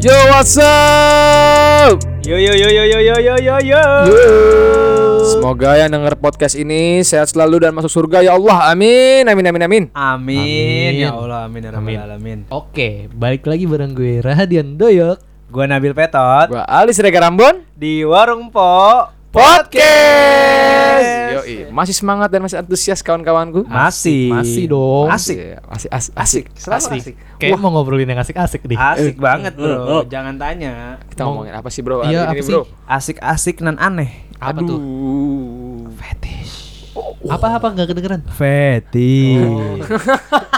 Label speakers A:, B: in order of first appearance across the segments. A: Yo, what's up?
B: Yo yo yo yo yo yo yo yo yo.
A: Semoga yang denger podcast ini sehat selalu dan masuk surga ya Allah. Amin, amin, amin, amin.
B: Amin.
C: Amin.
B: Ya Allah amin ya rabbal
C: Amin.
B: alamin.
C: Oke, balik lagi bareng gue Rahadian Doyok.
B: Gua Nabil Petot
A: Gua Ali Siregar Ambon.
B: di Warung Po
A: Yo, masih semangat dan masih antusias kawan-kawanku.
C: Ah,
B: Masih.
C: Masih dong.
B: Asik.
A: Iya, Masih as- asik.
B: Selalu
A: asik.
B: asik. Eh.
C: Kayak mau ngobrolin yang asik-asik nih.
B: Asik banget, Bro. Jangan tanya.
A: Kita ngomongin apa sih, Bro?
C: Iya,
A: hari ini,
C: apa sih?
A: Bro?
B: Asik-asik nan aneh.
C: Apa
A: Aduh.
C: tuh? Apa-apa nggak kedengeran?
B: Feti.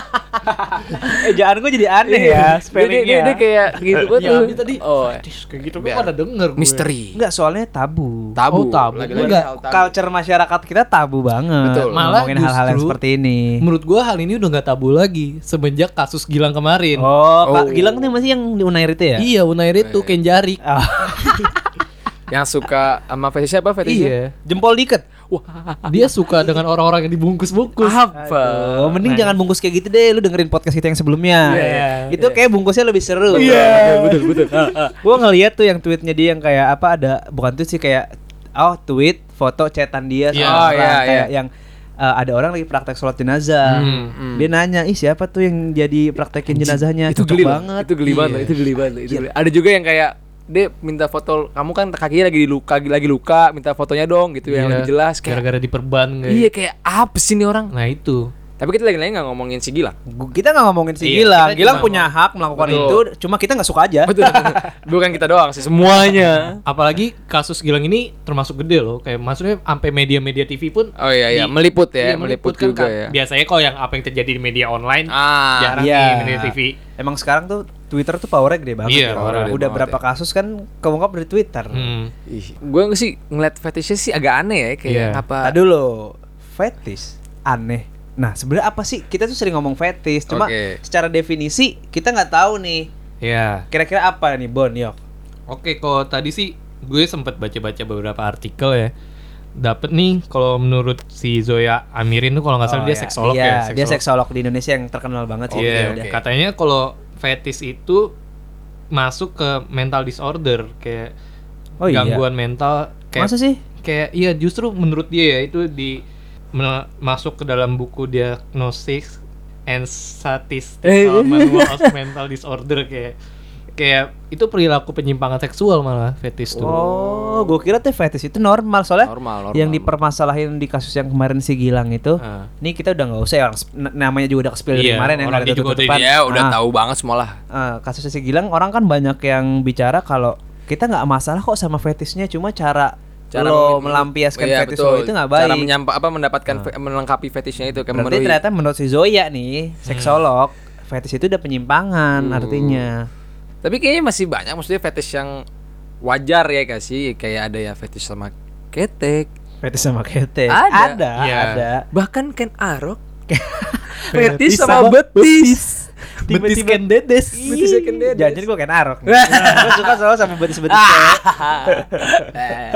B: Ejaan Eh, gua jadi aneh
A: Dia, dia, dia,
B: ya
A: dia
B: spellingnya.
A: kayak gitu gua
C: Iya,
A: tuh.
C: Abi tadi.
A: Oh,
C: Ih, Kayak gitu
A: Biar.
C: gue pada denger gue.
A: misteri.
B: Enggak soalnya tabu.
A: Tabu.
C: Oh, tabu.
A: Lagi-lagi
C: Enggak.
A: hal tabu.
B: Culture masyarakat kita tabu banget.
A: Betul.
C: Malah
B: ngomongin hal-hal yang
C: justru-
B: seperti ini.
C: Menurut gue hal ini udah nggak tabu lagi semenjak kasus Gilang kemarin.
B: Oh,
A: Oh.
B: Kak Gilang tuh masih yang di Unair itu ya?
C: Iya, Unair itu Kenjarik.
B: Ah,
A: Yang suka sama fetish siapa fetishnya?
C: Iya.
B: jempol diket.
C: Dia suka dengan orang-orang yang dibungkus-bungkus.
A: Apa?
B: Oh, mending jangan bungkus kayak gitu deh. Lu dengerin podcast kita yang sebelumnya.
C: Iya.
B: Itu kayak bungkusnya lebih seru.
A: Betul, betul. Ah,
B: Gua ngeliat tuh yang tweetnya dia yang kayak apa ada bukan tuh sih kayak oh tweet foto cetan dia sama
C: Iya.
B: orang
A: Oh, iya,
B: kayak
A: iya.
B: yang eh, ada orang lagi praktek sholat jenazah.
A: hmm.
B: Dia nanya, "Ih, siapa tuh yang jadi praktekin jenazahnya?"
A: itu
B: Cocok
A: geli loh.
B: banget. Iya.
A: itu geli banget loh, itu geli banget loh, itu geli. ada juga yang kayak dia minta foto kamu kan kakinya lagi di luka lagi luka minta fotonya dong gitu yang
C: Iya,
A: lebih jelas kayak
C: Gara-gara diperban kayak.
A: iya kayak apa sih nih orang
C: Nah itu.
A: tapi kita lagi lagi nggak ngomongin si Gilang
B: Gu- Kita nggak ngomongin si
C: Iya,
B: Gilang.
C: kita
B: Gilang
C: cuma
B: punya hak melakukan
A: Betul.
B: itu, cuma kita nggak suka aja.
A: betul betul. bukan kita doang sih semuanya
C: Apalagi kasus Gilang ini termasuk gede loh. Kayak maksudnya sampai media-media TV pun
A: oh iya iya
C: Di-
A: meliput ya
C: Iya,
A: meliput,
C: kan,
A: juga
C: Kak.
A: ya
C: Biasanya kalau yang apa yang terjadi di media online
A: ah
C: jarang
B: iya.
C: di media TV.
B: Emang sekarang tuh Twitter tuh powernya gede banget.
C: Iya,
B: ya.
A: powernya gede
B: Udah
A: banget
B: berapa kasus kan keungkap dari Twitter.
C: Hmm.
A: gue sih ngeliat fetishnya sih agak aneh ya kayak
C: Iya.
A: apa
B: Tadi dulu fetish aneh. Nah sebenarnya apa sih? Kita tuh sering ngomong fetish, cuma
A: Oke.
B: secara definisi kita nggak tahu nih.
C: Ya.
B: Kira-kira apa nih Bon? Yok.
C: Oke, kalau tadi sih gue sempat baca-baca beberapa artikel ya. Dapat nih kalau menurut si Zoya Amirin tuh kalau nggak
B: Oh,
C: salah dia
B: ya.
C: seksolog
B: Iya,
C: ya.
B: Dia seksolog di Indonesia yang terkenal banget sih.
C: Iya,
B: dia
A: oke.
B: udah.
C: katanya kalau fetish itu masuk ke mental disorder kayak
B: Oh, iya.
C: gangguan mental kayak
B: Masa sih?
C: kayak iya justru menurut dia ya itu di me- masuk ke dalam buku diagnosis and
A: Eh.
C: statistical manual of mental disorder kayak kayak itu perilaku penyimpangan seksual malah fetish tuh
B: Oh, gue kira tuh fetish itu normal soalnya
A: Gitu. Normal, normal.
B: yang dipermasalahin di kasus yang kemarin si Gilang itu,
C: Ah.
B: ini kita udah nggak usah ya, orang- n- namanya juga udah ke
C: Iya,
B: kemarin ya,
C: orang
B: nggak ada
C: dia juga udah-
B: tutup-tutupan.
A: ya udah
B: Ah.
A: tahu banget semua lah
B: eh kasusnya si Gilang orang kan banyak yang bicara kalau kita nggak masalah kok sama fetishnya cuma cara, lo melampiaskan
A: Iya,
B: fetish
A: betul.
B: lo itu nggak baik.
A: Cara menyampa apa mendapatkan
C: Ah.
A: fe- melengkapi fetishnya itu kayak
B: Berarti
A: memenuhi. Hmm.
B: ternyata menurut si Zoya nih seksolog fetish itu udah penyimpangan artinya.
A: Tapi kayaknya masih banyak maksudnya fetish yang wajar ya kasih kayak ada ya fetish sama ketek.
B: Fetish sama kete.
A: Ada.
B: ada.
C: Iya.
B: ada.
A: Bahkan Ken Arok
B: Fetish
A: fetish
B: sama
A: sama betis.
B: Betis
C: Tiba-tiba-
B: Ken Dedes.
A: Betis Ken Dedes. Ah.
B: Jangan gue Ken Arok. gue suka soalnya sama betis-betis.
A: Eh.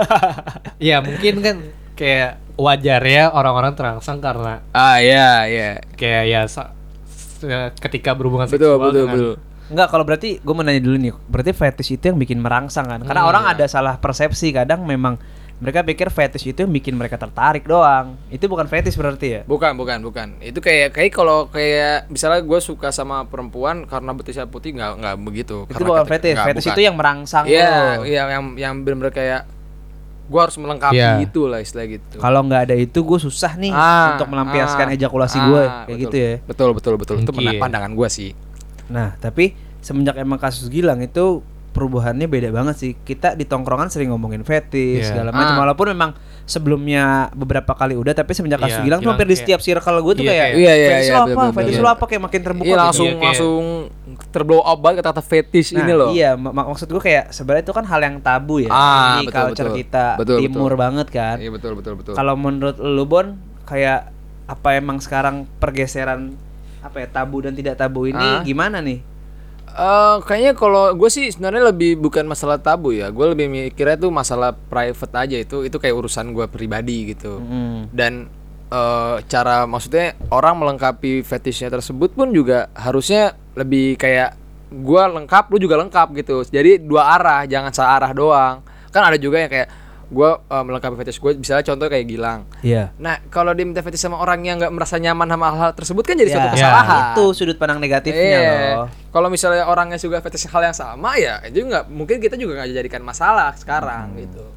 C: ya mungkin kan kayak wajar ya orang-orang terangsang karena
A: ah ya ya.
C: kayak ya sa- se- ketika berhubungan
A: Betul
C: seksual
A: betul
B: kan.
C: dengan-
A: betul.
B: Enggak, kalau berarti gue mau nanya dulu nih. Berarti fetish itu yang bikin merangsang kan?
A: Hmm.
B: Karena orang ada salah persepsi kadang memang mereka pikir fetish itu yang bikin mereka tertarik doang. Itu bukan fetish berarti ya?
A: Bukan, bukan, bukan. Itu kayak kayak kalau kayak misalnya gue suka sama perempuan karena betisnya putih nggak nggak begitu.
B: itu bukan fetish. fetish itu yang merangsang
A: Iya,
B: lo.
A: iya yang yang benar-benar kayak gua harus melengkapi
C: Iya.
A: itu lah istilah gitu.
B: Kalau nggak ada itu gue susah nih
A: Ah,
B: untuk melampiaskan
A: ah,
B: ejakulasi
A: ah,
B: gue kayak
A: betul.
B: gitu ya.
A: Betul, betul, betul. Itu
C: Mungkin.
A: pena- pandangan gua sih.
B: Nah, tapi semenjak emang kasus Gilang itu perubahannya beda banget sih. Kita di tongkrongan sering ngomongin fetish
C: Iya.
B: segala macam.
A: Ah.
B: Walaupun memang sebelumnya beberapa kali udah, tapi semenjak kasus
C: Iya,
B: Gilang tuh
C: Gilang
B: hampir di
C: kayak-
B: setiap circle gue tuh
C: Iya,
B: kayak,
C: kayak-
A: Iya, iya,
B: fetish
A: iya,
B: lo
A: betul,
B: apa,
A: betul,
B: fetish
A: betul.
B: lo apa kayak makin terbuka.
A: Iya,
B: gitu.
A: langsung
C: Iya, kayak-
A: langsung terblow up banget kata-kata fetish
B: Nah,
A: ini loh.
B: Iya, mak- mak- maksud gue kayak sebenarnya itu kan hal yang tabu ya.
A: Ah,
B: Ini
A: betul,
B: culture
A: betul.
B: kita
A: Betul,
B: timur
A: betul.
B: banget kan.
A: Iya, betul, betul, betul.
B: Kalau menurut lu Bon, kayak apa emang sekarang pergeseran apa ya tabu dan tidak tabu ini
A: Ah.
B: gimana nih?
A: Eh, kayaknya kalau gue sih sebenarnya lebih bukan masalah tabu ya. Gue lebih mikirnya tuh masalah private aja itu itu kayak urusan gue pribadi gitu. Dan eh, cara maksudnya orang melengkapi fetishnya tersebut pun juga harusnya lebih kayak gua lengkap lu juga lengkap gitu jadi dua arah jangan searah doang kan ada juga yang kayak gua eh, melengkapi fetish gue misalnya contoh kayak Gilang
B: Iya.
A: nah kalau dia minta fetish sama orang yang nggak merasa nyaman sama hal-hal tersebut kan jadi
B: Ya,
A: suatu
C: Ya.
A: kesalahan
B: Itu sudut pandang negatifnya
A: Iya.
B: loh.
A: Kalau misalnya orangnya juga fetish hal yang sama ya itu nggak mungkin kita juga nggak jadikan masalah sekarang gitu.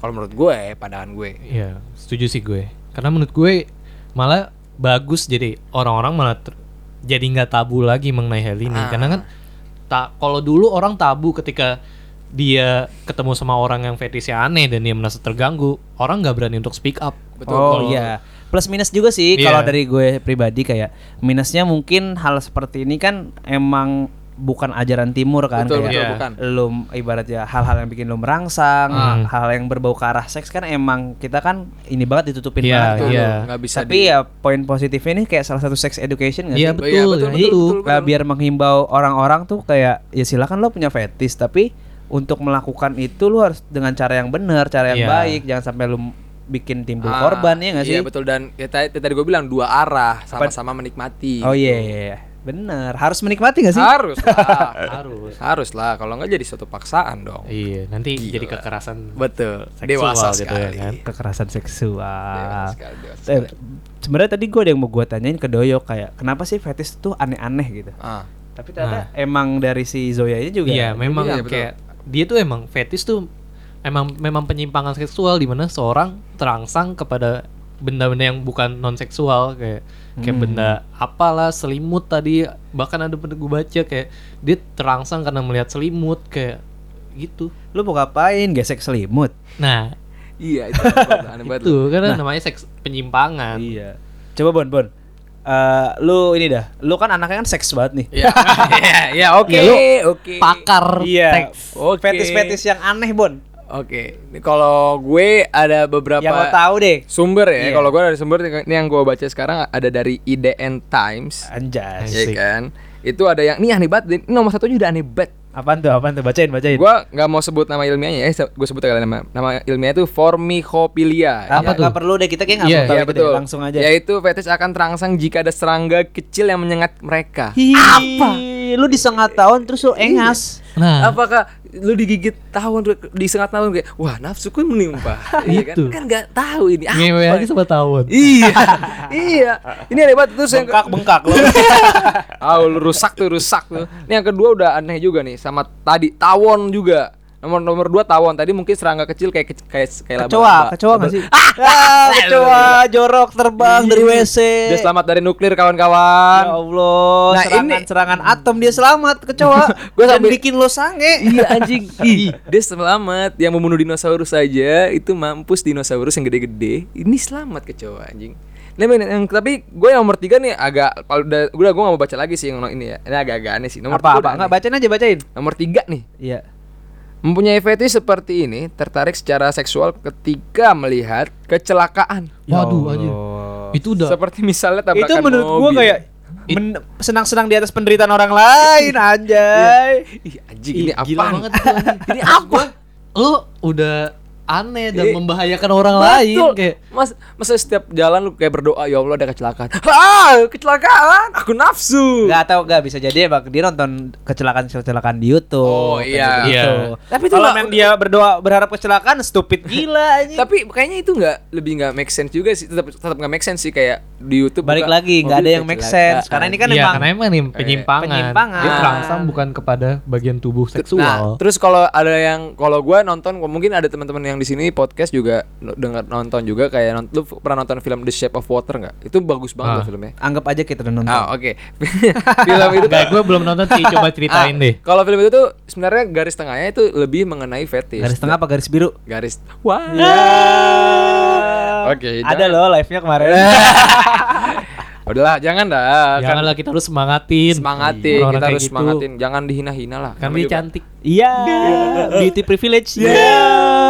A: Kalau menurut gue, pandangan gue.
C: Iya, setuju sih gue. Karena menurut gue malah bagus jadi orang-orang malah ter- jadi nggak tabu lagi mengenai hal ini. Karena kan tak kalau dulu orang tabu ketika dia ketemu sama orang yang fetishnya aneh dan dia merasa terganggu, orang nggak berani untuk speak up.
A: Betul.
B: oh
C: Kalau-
B: iya. Plus minus juga sih
C: Iya.
B: kalau dari gue pribadi kayak minusnya mungkin hal seperti ini kan emang bukan ajaran timur kan
A: betul
B: kayak
A: betul
C: Iya.
A: bukan.
B: lo ibaratnya hal-hal yang bikin lo merangsang,
C: Hmm.
B: hal-hal yang berbau ke arah seks kan emang kita kan ini banget ditutupin
C: Iya,
B: banget.
A: Betul,
C: iya.
A: nggak bisa
B: Tapi
A: di-
B: ya poin positifnya ini kayak salah satu sex education nggak
C: Iya
A: Oh, iya,
B: sih?
C: betul,
A: betul,
C: nah,
A: betul,
C: itu.
A: betul.
B: Nah, biar menghimbau orang-orang tuh kayak ya silakan lo punya fetish tapi untuk melakukan itu lo harus dengan cara yang benar, cara yang
C: Iya.
B: baik, jangan sampai lo bikin timbul
A: Ah,
B: korban ya nggak sih?
A: Iya betul dan ya, tadi, tadi gue bilang dua arah sama-sama menikmati.
B: Oh iya, iya, iya. bener. Harus menikmati nggak sih?
A: Harus lah.
C: Harus.
A: Harus lah kalau nggak jadi suatu paksaan dong.
C: Iya, nanti
A: Gila.
C: jadi kekerasan.
A: Betul.
C: Seksual
A: dewasa
C: gitu ya,
A: sekali.
C: kan?
B: Kekerasan
A: Dewasa
B: seksual.
A: sekali, dewasa
B: Eh,
A: sekali.
B: sebenarnya tadi gue ada yang mau gue tanyain ke Doyo kayak kenapa sih fetish tuh aneh-aneh gitu?
A: Ah,
B: Tapi ternyata emang dari si Zoya ini juga. ya.
C: Iya, memang
A: Iya, betul.
C: kayak dia tuh emang fetish tuh emang memang penyimpangan seksual di mana seorang terangsang kepada benda-benda yang bukan non seksual kayak kayak benda apalah selimut tadi bahkan ada benda gue baca kayak dia terangsang karena melihat selimut kayak gitu.
B: Lu mau ngapain? Gesek selimut.
C: Nah,
A: Iya itu aneh banget, aneh banget.
C: itu karena namanya seks penyimpangan.
B: Iya. Coba Bon, Bon. Eh, lu ini dah. Lu kan anaknya kan seks banget nih.
A: Iya, Iya, iya, oke,
C: Ya, lu
A: oke.
C: Pakar seks.
A: Iya, Oke.
B: Fetis-fetis yang aneh, Bon.
A: Oke, ini kalau gue ada beberapa
B: Yang lo tahu deh.
A: sumber ya.
B: Iya.
A: Kalau gue ada sumber ini yang gue baca sekarang ada dari IDN Times,
B: Anjas.
A: ya kan? Itu ada yang nih aneh banget. Ini nomor satunya udah aneh banget.
B: Apaan tuh? Apaan tuh? Bacain, bacain.
A: Gue nggak mau sebut nama ilmiahnya ya. Gue sebut aja nama nama ilmiahnya itu formicophilia.
B: Apa
A: Ya,
B: tuh? Gak perlu deh kita kayak nggak
C: Iya,
B: perlu Ah, tahu
A: Iya
B: itu deh.
A: betul.
B: Langsung aja.
A: Yaitu fetish akan terangsang jika ada serangga kecil yang menyengat mereka.
B: Hi, Apa? Lu di setengah tahun terus
A: Iya.
B: lu engas.
C: Nah,
A: Apakah lu digigit tahun di setengah tahun kayak wah nafsuku melimpah. Iya kan?
B: Gitu.
C: Itu.
A: Kan nggak tahu ini apa.
C: ngewe aja sama tahun.
A: iya iya ini aneh banget terus yang
B: Bengkak, bengkak lu.
A: ah lu rusak tuh rusak tuh ini yang kedua udah aneh juga nih sama tadi tawon juga nomor nomor dua tawon tadi mungkin serangga kecil kayak kec- kayak kayak
B: kecoa,
A: laba-laba.
B: kecoa nggak sih?
A: Iya,
B: Ah, kecoa jorok terbang dari WC.
A: Dia selamat dari nuklir
B: Ya
A: kawan-kawan
B: Allah,
A: Nah,
B: serangan,
A: ini-
B: serangan atom dia selamat kecoa.
A: Gua
B: Dan
A: sampai-
B: bikin lo sange.
A: iya anjing Ih, dia selamat yang membunuh dinosaurus aja itu mampus dinosaurus yang gede-gede ini selamat kecoa anjing Nah, men- yang- tapi gue yang nomor tiga nih agak kalau udah gue gue gak mau baca lagi sih yang ini ya ini agak-agak aneh sih nomor tiga
B: apa
A: udah
B: apa nggak
A: aneh.
B: bacain aja bacain
A: nomor tiga nih
B: iya
A: Mempunyai fetish seperti ini tertarik secara seksual ketika melihat kecelakaan.
C: Waduh aja. Itu udah
A: Seperti misalnya tabrakan
B: itu menurut
A: mobil.
B: gua kayak men- senang-senang di atas penderitaan orang lain
A: Iya.
B: anjay
A: Ih, anjing
C: Ih,
A: ini apa?
C: gila banget tuh, anjing.
A: ini apa?
C: Lu udah aneh dan
A: Iya.
C: membahayakan orang lain
A: Betul.
C: kayak
A: Mas, masa setiap jalan lu kayak berdoa, ya Allah ada kecelakaan. Ah, kecelakaan, aku nafsu.
B: nggak tahu nggak bisa jadi emang dia nonton kecelakaan kecelakaan di YouTube
A: Oh,
B: kayak
A: iya.
B: gitu-gitu.
C: Iya.
A: Tapi itu
B: kalau
A: nggak-
B: memang dia berdoa berharap kecelakaan stupid gila anjing
A: Tapi kayaknya itu nggak lebih nggak make sense juga sih. Tetap tetap nggak make sense sih kayak di YouTube.
B: balik
A: buka,
B: lagi nggak
A: mobil
B: ada yang make sense
A: kecelakaan.
B: karena ini kan
C: Iya,
B: emang
C: karena emang nih penyimpangan.
B: penyimpangan.
C: Dia terangsang bukan kepada bagian tubuh
A: Nah,
C: seksual.
A: terus kalau ada yang kalau gua nonton mungkin ada teman-teman yang di sini podcast juga no- dengar nonton juga kayak non- lu f- pernah nonton film The Shape of Water nggak? Itu bagus banget
C: Ah.
A: loh filmnya.
B: anggap aja kita udah nonton
A: Ah, oke. film itu tuh
C: Gak, gue Nah, belum nonton sih, coba ceritain
A: ah,
C: deh.
A: Kalau film itu tuh sebenarnya garis tengahnya itu lebih mengenai fetish.
B: garis tengah apa garis biru
A: Garis wah.
B: Iya.
A: Oke,
B: ada loh live-nya kemarin
A: Udahlah, jangan dah. Kan
C: Janganlah kita harus semangatin.
A: semangatin,
C: Orang-orang
A: kita
C: kayak
A: harus
C: gitu.
A: semangatin. Jangan dihina-hina lah.
C: Karena
A: Namanya
C: dia
A: juga-
C: cantik.
B: iya beauty privilege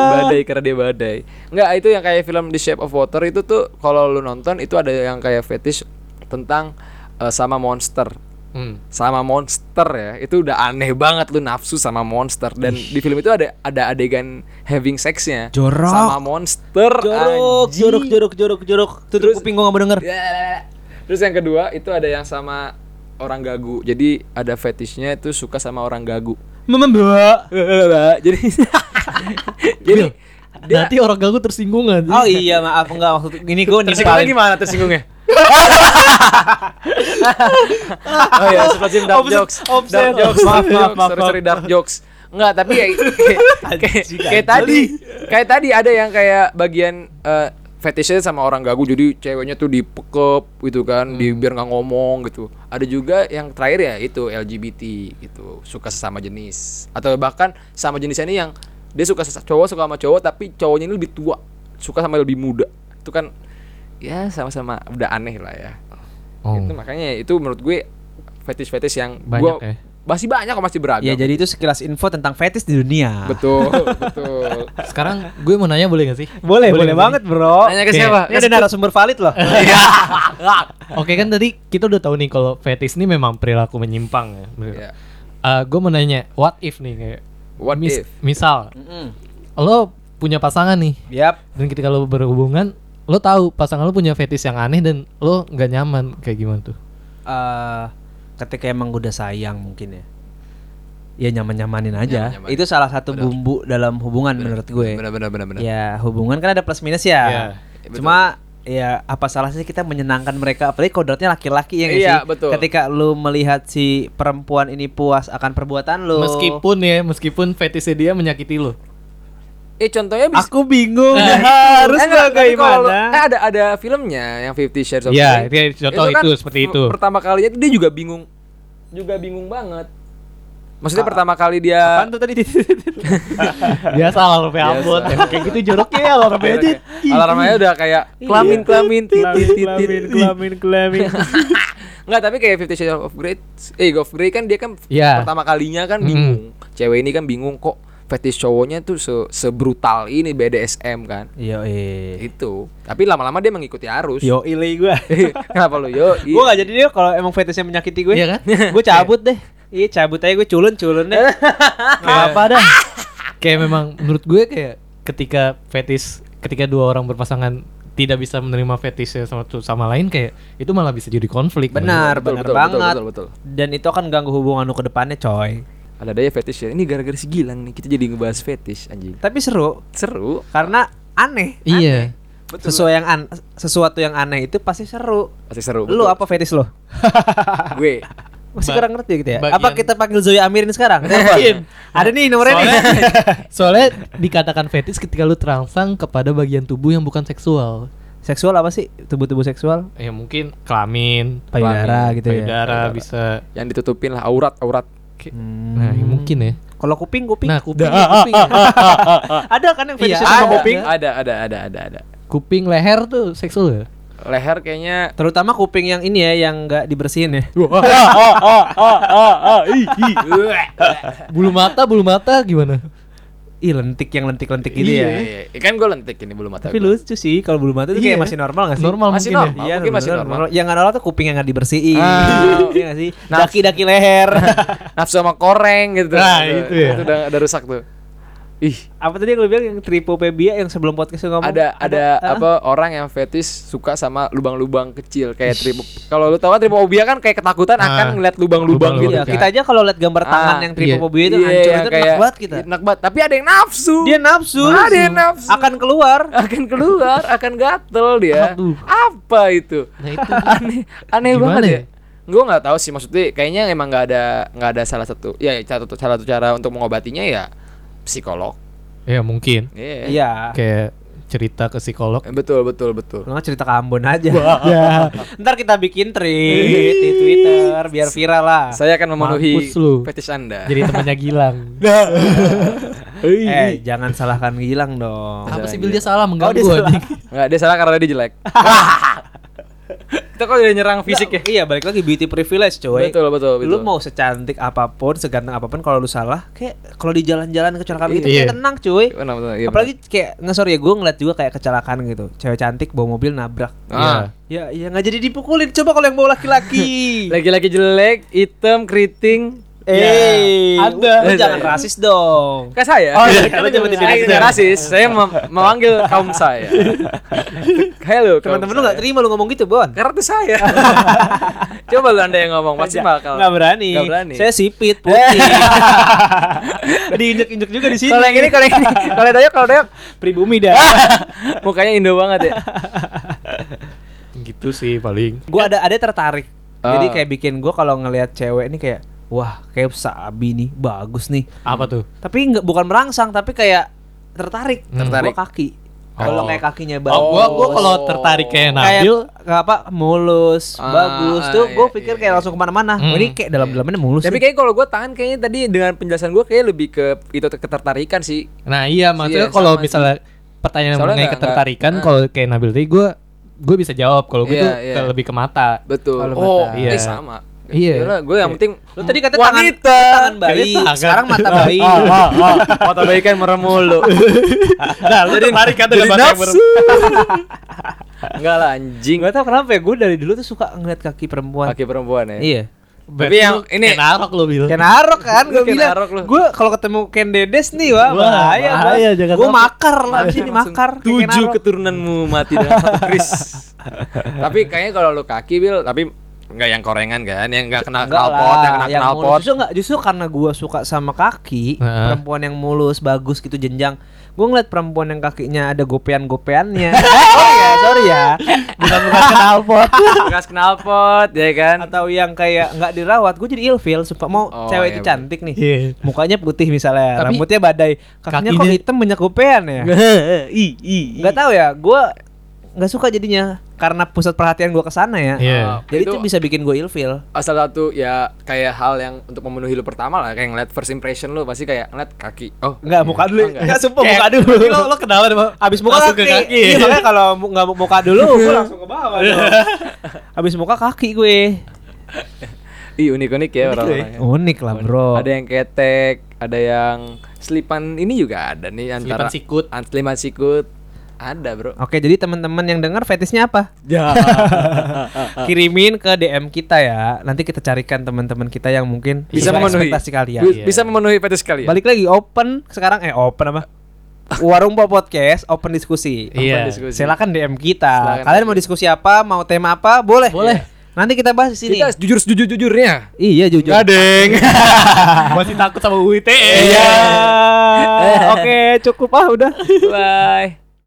A: badai karena dia badai nggak itu yang kayak film The Shape of Water itu tuh kalau lu nonton itu ada yang kayak fetish tentang eh, sama monster
C: Hmm.
A: sama monster ya itu udah aneh banget lu nafsu sama monster dan di film itu ada ada adegan having sexnya
B: Jorok.
A: sama monster
B: jorok
A: anjing.
B: jorok
A: Iya.
B: jorok jorok jorok tutup kuping gua nggak mau denger
A: Ya. terus yang kedua itu ada yang sama orang gagu. Jadi ada fetishnya itu suka sama orang gagu.
B: Membawa.
A: jadi jadi dia
C: Nanti orang gagu tersinggung aja.
B: Oh iya maaf enggak maksud ini gue
A: tersinggungnya
B: nimpalin.
A: gimana tersinggungnya? oh iya, sebelum dark
B: Obses-
A: jokes,
B: obses.
A: dark jokes,
B: Maaf,
A: maaf,
B: maaf,
A: maaf,
B: maaf,
A: sorry, sorry, dark jokes. Enggak, tapi ya kayak, kayak-
B: Anjing,
A: kayak tadi, kayak tadi ada yang kayak bagian eh, fetishnya sama orang gagu, jadi ceweknya tuh dipekep gitu kan, di biar nggak ngomong gitu. Ada juga yang terakhir ya itu LGBT gitu, suka sesama jenis atau bahkan sama jenisnya ini yang dia suka sesa- cowok suka sama cowok tapi cowoknya ini lebih tua, suka sama lebih muda. Itu kan ya sama-sama udah aneh lah ya itu makanya itu menurut gue fetish-fetish yang
C: Banyak
A: gua-
C: ya?
A: masih banyak kok masih beragam
B: Ya jadi itu sekilas info tentang fetis di dunia.
A: betul betul
C: Sekarang gue mau nanya boleh gak sih?
B: Boleh, boleh, banget, Bro.
A: Nanya ke
B: Oke. Iya,
A: siapa?
B: Ini ada narasumber valid loh.
C: Oke kan tadi kita udah tahu nih kalau fetish ini memang perilaku menyimpang ya.
A: Iya.
C: Eh, gue mau nanya, what if nih kayak
A: What
C: mis-
A: if?
C: misal
B: Mm-mm.
C: lo punya pasangan nih
B: Yap.
C: dan ketika lo berhubungan lo tahu pasangan lo punya fetish yang aneh dan lo nggak nyaman kayak gimana tuh?
B: eh ketika emang udah sayang mungkin ya ya nyaman-nyamanin aja
A: Nyaman-nyamanin.
B: itu salah satu bumbu dalam hubungan menurut gue
A: benar benar benar benar
B: ya hubungan kan ada plus minus
C: Iya,
B: ya
A: betul.
B: cuma ya apa salahnya sih kita menyenangkan mereka apalagi kodratnya laki-laki ya nggak
A: Iya,
B: sih
A: betul.
B: ketika lu melihat si perempuan ini puas akan perbuatan lu
C: Meskipun ya, meskipun fetishnya dia menyakiti lo.
A: eh contohnya bisa
B: aku bingung harus
A: Eh, enggak, tapi kalau- eh,
B: bagaimana
A: ada ada filmnya yang Fifty Shades of
C: Iya,
A: Grey.
C: itu contoh itu, seperti
A: per-
C: itu.
A: pertama kalinya dia juga bingung juga bingung banget maksudnya pertama kali dia
B: Apaan tuh tadi
C: Biasa alarm ambon,
A: Biasa. Iya,
C: kayak gitu joroknya alarm
A: Oke,
C: aja.
A: oke. alarmnya udah kayak
B: Iya.
A: kelamin kelamin titit titit titit.
C: kelamin.
A: Enggak, tapi kayak Fifty Shades of Grey, eh of Grey kan dia kan
C: Iya.
A: pertama kalinya kan
C: Mm-mm.
A: bingung. Cewek ini kan bingung kok fetish cowoknya tuh se sebrutal ini BDSM kan.
C: Iya,
B: yo eh
A: Itu. Tapi lama-lama dia mengikuti arus. Eh,
B: yo ilai gue
A: Kenapa lu? Yo. i-
B: Gue gak jadi deh kalau emang fetishnya menyakiti gue
C: Iya kan?
B: Gue cabut deh Iya cabut aja gue culun-culun deh
C: Kayak- apa dah?
A: Ah!
C: kayak memang menurut gue kayak ketika fetis ketika dua orang berpasangan tidak bisa menerima fetishnya sama satu sama lain kayak itu malah bisa jadi konflik.
B: Benar,
A: Betul,
B: benar
A: betul,
B: banget
A: betul, betul, betul.
B: Dan itu akan ganggu hubungan lu ke depannya coy
A: Ada daya fetish ya. Ini gara-gara si Gilang nih kita jadi ngebahas fetish anjing.
B: Tapi seru
A: Seru.
B: Karena aneh
C: Iya.
B: Sesuatu yang an- sesuatu yang aneh itu pasti seru
A: Pasti seru.
B: Lu
A: betul.
B: apa fetish lo?
A: Gue.
B: Masih
C: Ba-
B: kurang ngerti gitu ya?
C: bagian- Iya.
B: Apa kita panggil Zoya Amirin sekarang? Telepon. Ada nih nomornya nih
C: Soalnya, soalnya dikatakan fetis ketika lu terangsang kepada bagian tubuh yang bukan seksual.
B: Seksual apa sih? Tubuh-tubuh seksual?
C: Ya mungkin kelamin,
B: Payudara gitu ya
C: payudara bisa.
A: Yang ditutupin lah aurat-aurat.
C: Kayak-
B: Hmm.
C: Nah, ya mungkin ya.
B: Kalau kuping, kuping
C: Nah, kuping, kuping,
B: Ada kan yang fetishnya
C: Iya,
B: sama
A: ada,
B: kuping?
A: ada, ada, ada, ada, ada.
C: kuping, leher tuh seksual ya?
A: Leher kayaknya
B: Terutama kuping yang ini ya yang nggak dibersihin ya.
A: Iya.
C: Bulu mata, bulu mata gimana?
B: Ih lentik yang lentik-lentik gitu
A: Iya,
B: ya.
A: iya. iya. Kan gue lentik ini belum mata
B: Tapi
A: gua.
B: lucu sih kalau bulu mata itu
C: Iya.
B: kayak masih normal nggak sih?
C: Normal
A: Masih
C: mungkin ya?
A: normal.
B: Iya,
A: Mungkin masih normal.
B: Yang nggak normal tuh kuping yang nggak dibersihin.
A: Ah.
B: Iya nggak sih?
A: Nah.
B: Daki-daki leher.
A: nafsu sama koreng gitu.
C: Nah, itu ya.
A: udah udah rusak tuh. Ih,
B: apa tadi yang lu bilang yang tripopebia yang sebelum podcast lu ngomong?
A: ada ada
B: ah?
A: apa orang yang fetish suka sama lubang-lubang kecil kayak tripo. Kalau lu tahu kan tripofobia kan kayak ketakutan
C: Ah.
A: akan ngeliat lubang-lubang
C: Lubang-lubang.
A: gitu.
B: Iya,
C: kan?
B: kita aja kalau lihat gambar tangan
A: Ah,
B: yang tripopebia itu hancur itu enak banget kita.
A: Enak banget, tapi ada yang nafsu.
B: Dia nafsu.
A: Ah, Nah. dia nafsu.
B: Akan keluar.
A: akan keluar, akan gatel dia.
C: Aduh.
A: Apa itu?
C: Nah, itu.
A: aneh, aneh
C: Gimana
A: banget
C: ya?
A: ya. Gue nggak tahu sih maksudnya kayaknya emang nggak ada nggak ada salah satu ya salah satu salah satu cara untuk mengobatinya ya psikolog.
C: Ya mungkin.
A: Iya.
B: Iya.
C: Kayak cerita ke psikolog.
A: Betul betul betul.
B: Lu nggak cerita ke Ambon aja. Ntar kita bikin tweet di Twitter biar viral lah.
A: Saya akan memenuhi
C: Mampus lu.
A: fetish Anda.
C: Jadi temannya Gilang.
B: Eh, jangan salahkan Gilang dong. Oh,
C: Apa sih Bill dia salah mengganggu
B: dia salah.
C: anjing?
A: Enggak, dia salah karena dia jelek. Kita kok udah nyerang fisik ya?
B: Iya, balik lagi beauty privilege, coy.
A: Betul, betul, betul.
B: Lu mau secantik apapun, seganteng apapun kalau lu salah, kayak kalau di jalan-jalan kecelakaan gitu,
C: Iya.
B: kayak tenang, cuy.
A: Benar, benar, iya,
B: Apalagi kayak nggak sorry ya, gue ngeliat juga kayak kecelakaan gitu. Cewek cantik bawa mobil nabrak.
A: Ah.
B: Ya,
A: Iya.
B: ya nggak jadi dipukulin. Coba kalau yang bawa laki-laki.
A: Lagi-lagi jelek, hitam, keriting,
B: Eh,
C: Ya, ada.
B: lu jangan rasis dong.
A: Kan saya.
C: Oh, iya,
A: saya
C: lu jangan
A: saya
C: tidak
A: tidak
C: benar.
A: rasis. Saya mem- memanggil kaum saya. Halo, kaum
B: Teman-teman lu
A: saya.
B: gak terima lu ngomong gitu, Bon.
A: Karena itu saya. Coba lu anda yang ngomong pasti bakal.
B: Nggak berani.
A: Nggak berani.
B: Saya sipit putih. Diinjek-injek juga di sini.
A: Kalau yang ini, kalau yang ini, kalau yang doyok, kalau doyok,
B: pribumi dah.
A: mukanya Indo banget ya.
C: gitu sih paling
B: gua ada ada tertarik.
A: Ah.
B: Jadi kayak bikin gua kalau ngelihat cewek ini kayak wah, kayak sabi nih, bagus nih.
C: apa tuh
B: Tapi nggak bukan merangsang, tapi kayak tertarik.
C: Hmm.
A: Tertarik.
B: Gua kaki. Kalau
C: Oh.
B: kayak kakinya bagus.
C: oh, gua gua kalau tertarik kayak
B: kayak
C: Nabil
B: kayak apa mulus
A: Ah,
B: bagus tuh
A: iya,
B: gue pikir
A: iya,
B: kayak
A: iya.
B: langsung kemana-mana
C: Hmm.
B: Oh, ini kayak dalam-dalamnya mulus
A: Tapi
B: nih.
A: kayaknya kalau gue tangan kayaknya tadi dengan penjelasan gue kayak lebih ke itu ketertarikan sih.
C: Nah iya maksudnya
A: Iya,
C: kalau
A: sama sih.
C: misalnya pertanyaan
A: Soalnya
C: mengenai
A: nggak-
C: ketertarikan
A: nggak-
C: kalau kayak Nabil tadi gue gue bisa jawab kalau gue
A: Iya,
C: tuh
A: iya.
C: ke- lebih ke mata.
A: Betul.
B: Kalau
A: oh,
B: mata.
A: iya.
C: Iya.
A: sama.
C: Iya.
A: gue yang penting
B: lu tadi kata tangan
A: wanita.
B: tangan bayi
C: Jadi tangan.
B: sekarang mata bayi
A: oh, Ah, Mata bayi kan merem mulu.
C: Nah, lu tertarik kan dengan mata yang ber-
A: Enggak lah anjing.
B: Gak tau kenapa ya gue dari dulu tuh suka ngeliat kaki perempuan
A: Kaki perempuan ya.
B: iya
C: Berarti
A: yang
C: lu
A: ini-
C: kayak narok lo bil.
B: Ken Arok kan gue
A: Lu Ken
B: bilang
A: Arok lu.
B: gue kalau ketemu Ken Dedes nih wah
C: Wah,
B: bahaya
C: bahaya, jangan
B: gue
C: sampai.
B: makar lah abis ini
A: Langsung
B: makar kayak Ken
A: Tujuh
B: Arok.
A: keturunanmu mati dengan satu keris. tapi kayaknya kalau lu kaki Bil, tapi enggak yang korengan kan, yang enggak kena
B: Enggak
A: knalpot,
B: lah,
A: yang kena
B: yang mulus.
A: knalpot.
B: Justru enggak, justru karena gua suka sama kaki,
C: Heeh.
B: perempuan yang mulus, bagus gitu jenjang. Gua ngeliat perempuan yang kakinya ada gopean-gopeannya. oh ya, sorry ya. Bukan bukan knalpot.
A: Gas knalpot ya kan.
B: Atau yang kayak nggak dirawat, gue jadi ilfil sumpah mau
A: Oh,
B: cewek itu
A: iya,
B: cantik nih.
C: Iya.
B: Mukanya putih misalnya,
C: Tapi
B: rambutnya badai, kakinya, kok
C: kakinya-
B: hitam banyak gopean ya.
C: I i.
B: Nggak tahu ya, gua nggak suka jadinya karena pusat perhatian gua ke sana ya.
C: Iya.
A: Ah,
B: Jadi itu bisa bikin gue ilfil.
A: asal satu ya kayak hal yang untuk memenuhi lu pertama lah kayak ngeliat first impression lu pasti kayak ngeliat kaki oh
B: Enggak, muka dulu.
A: Oh, enggak.
B: Enggak, sumpah
C: Kayak-
B: muka dulu.
C: Tapi Lo lo kenalan sama
B: Abis muka
C: langsung
B: kaki.
C: ke kaki.
B: Iya, makanya kalau mu- nggak mu- muka dulu, gue langsung ke bawah. dong. Abis muka kaki gue.
A: ih unik unik ya orang
C: eh?
B: Unik lah bro.
A: ada yang ketek ada yang selipan ini juga ada nih antara
C: Selipan sikut.
A: an- selipan sikut ada bro
B: Oke, jadi teman-teman yang dengar fetisnya apa?
A: ya Ah,
B: Kirimin ke DM kita ya. Nanti kita carikan teman-teman kita yang mungkin
A: bisa
B: sesuai
A: memenuhi
B: Iya, ekspektasi kalian.
C: Iya.
A: Bi- bisa memenuhi fetis kalian
B: Balik lagi open sekarang eh open apa? Warung Po Podcast open diskusi.
C: Iya.
A: diskusi.
B: Silakan DM kita.
A: Silakan.
B: Kalian mau diskusi apa, mau tema apa, boleh. Iya.
C: Boleh.
B: Nanti kita bahas di sini.
A: kita jujur jujur jujurnya
B: Iya jujur.
C: deng.
B: E?
C: Masih takut sama UITE.
B: Iya. Oke, cukup ah udah.
A: bye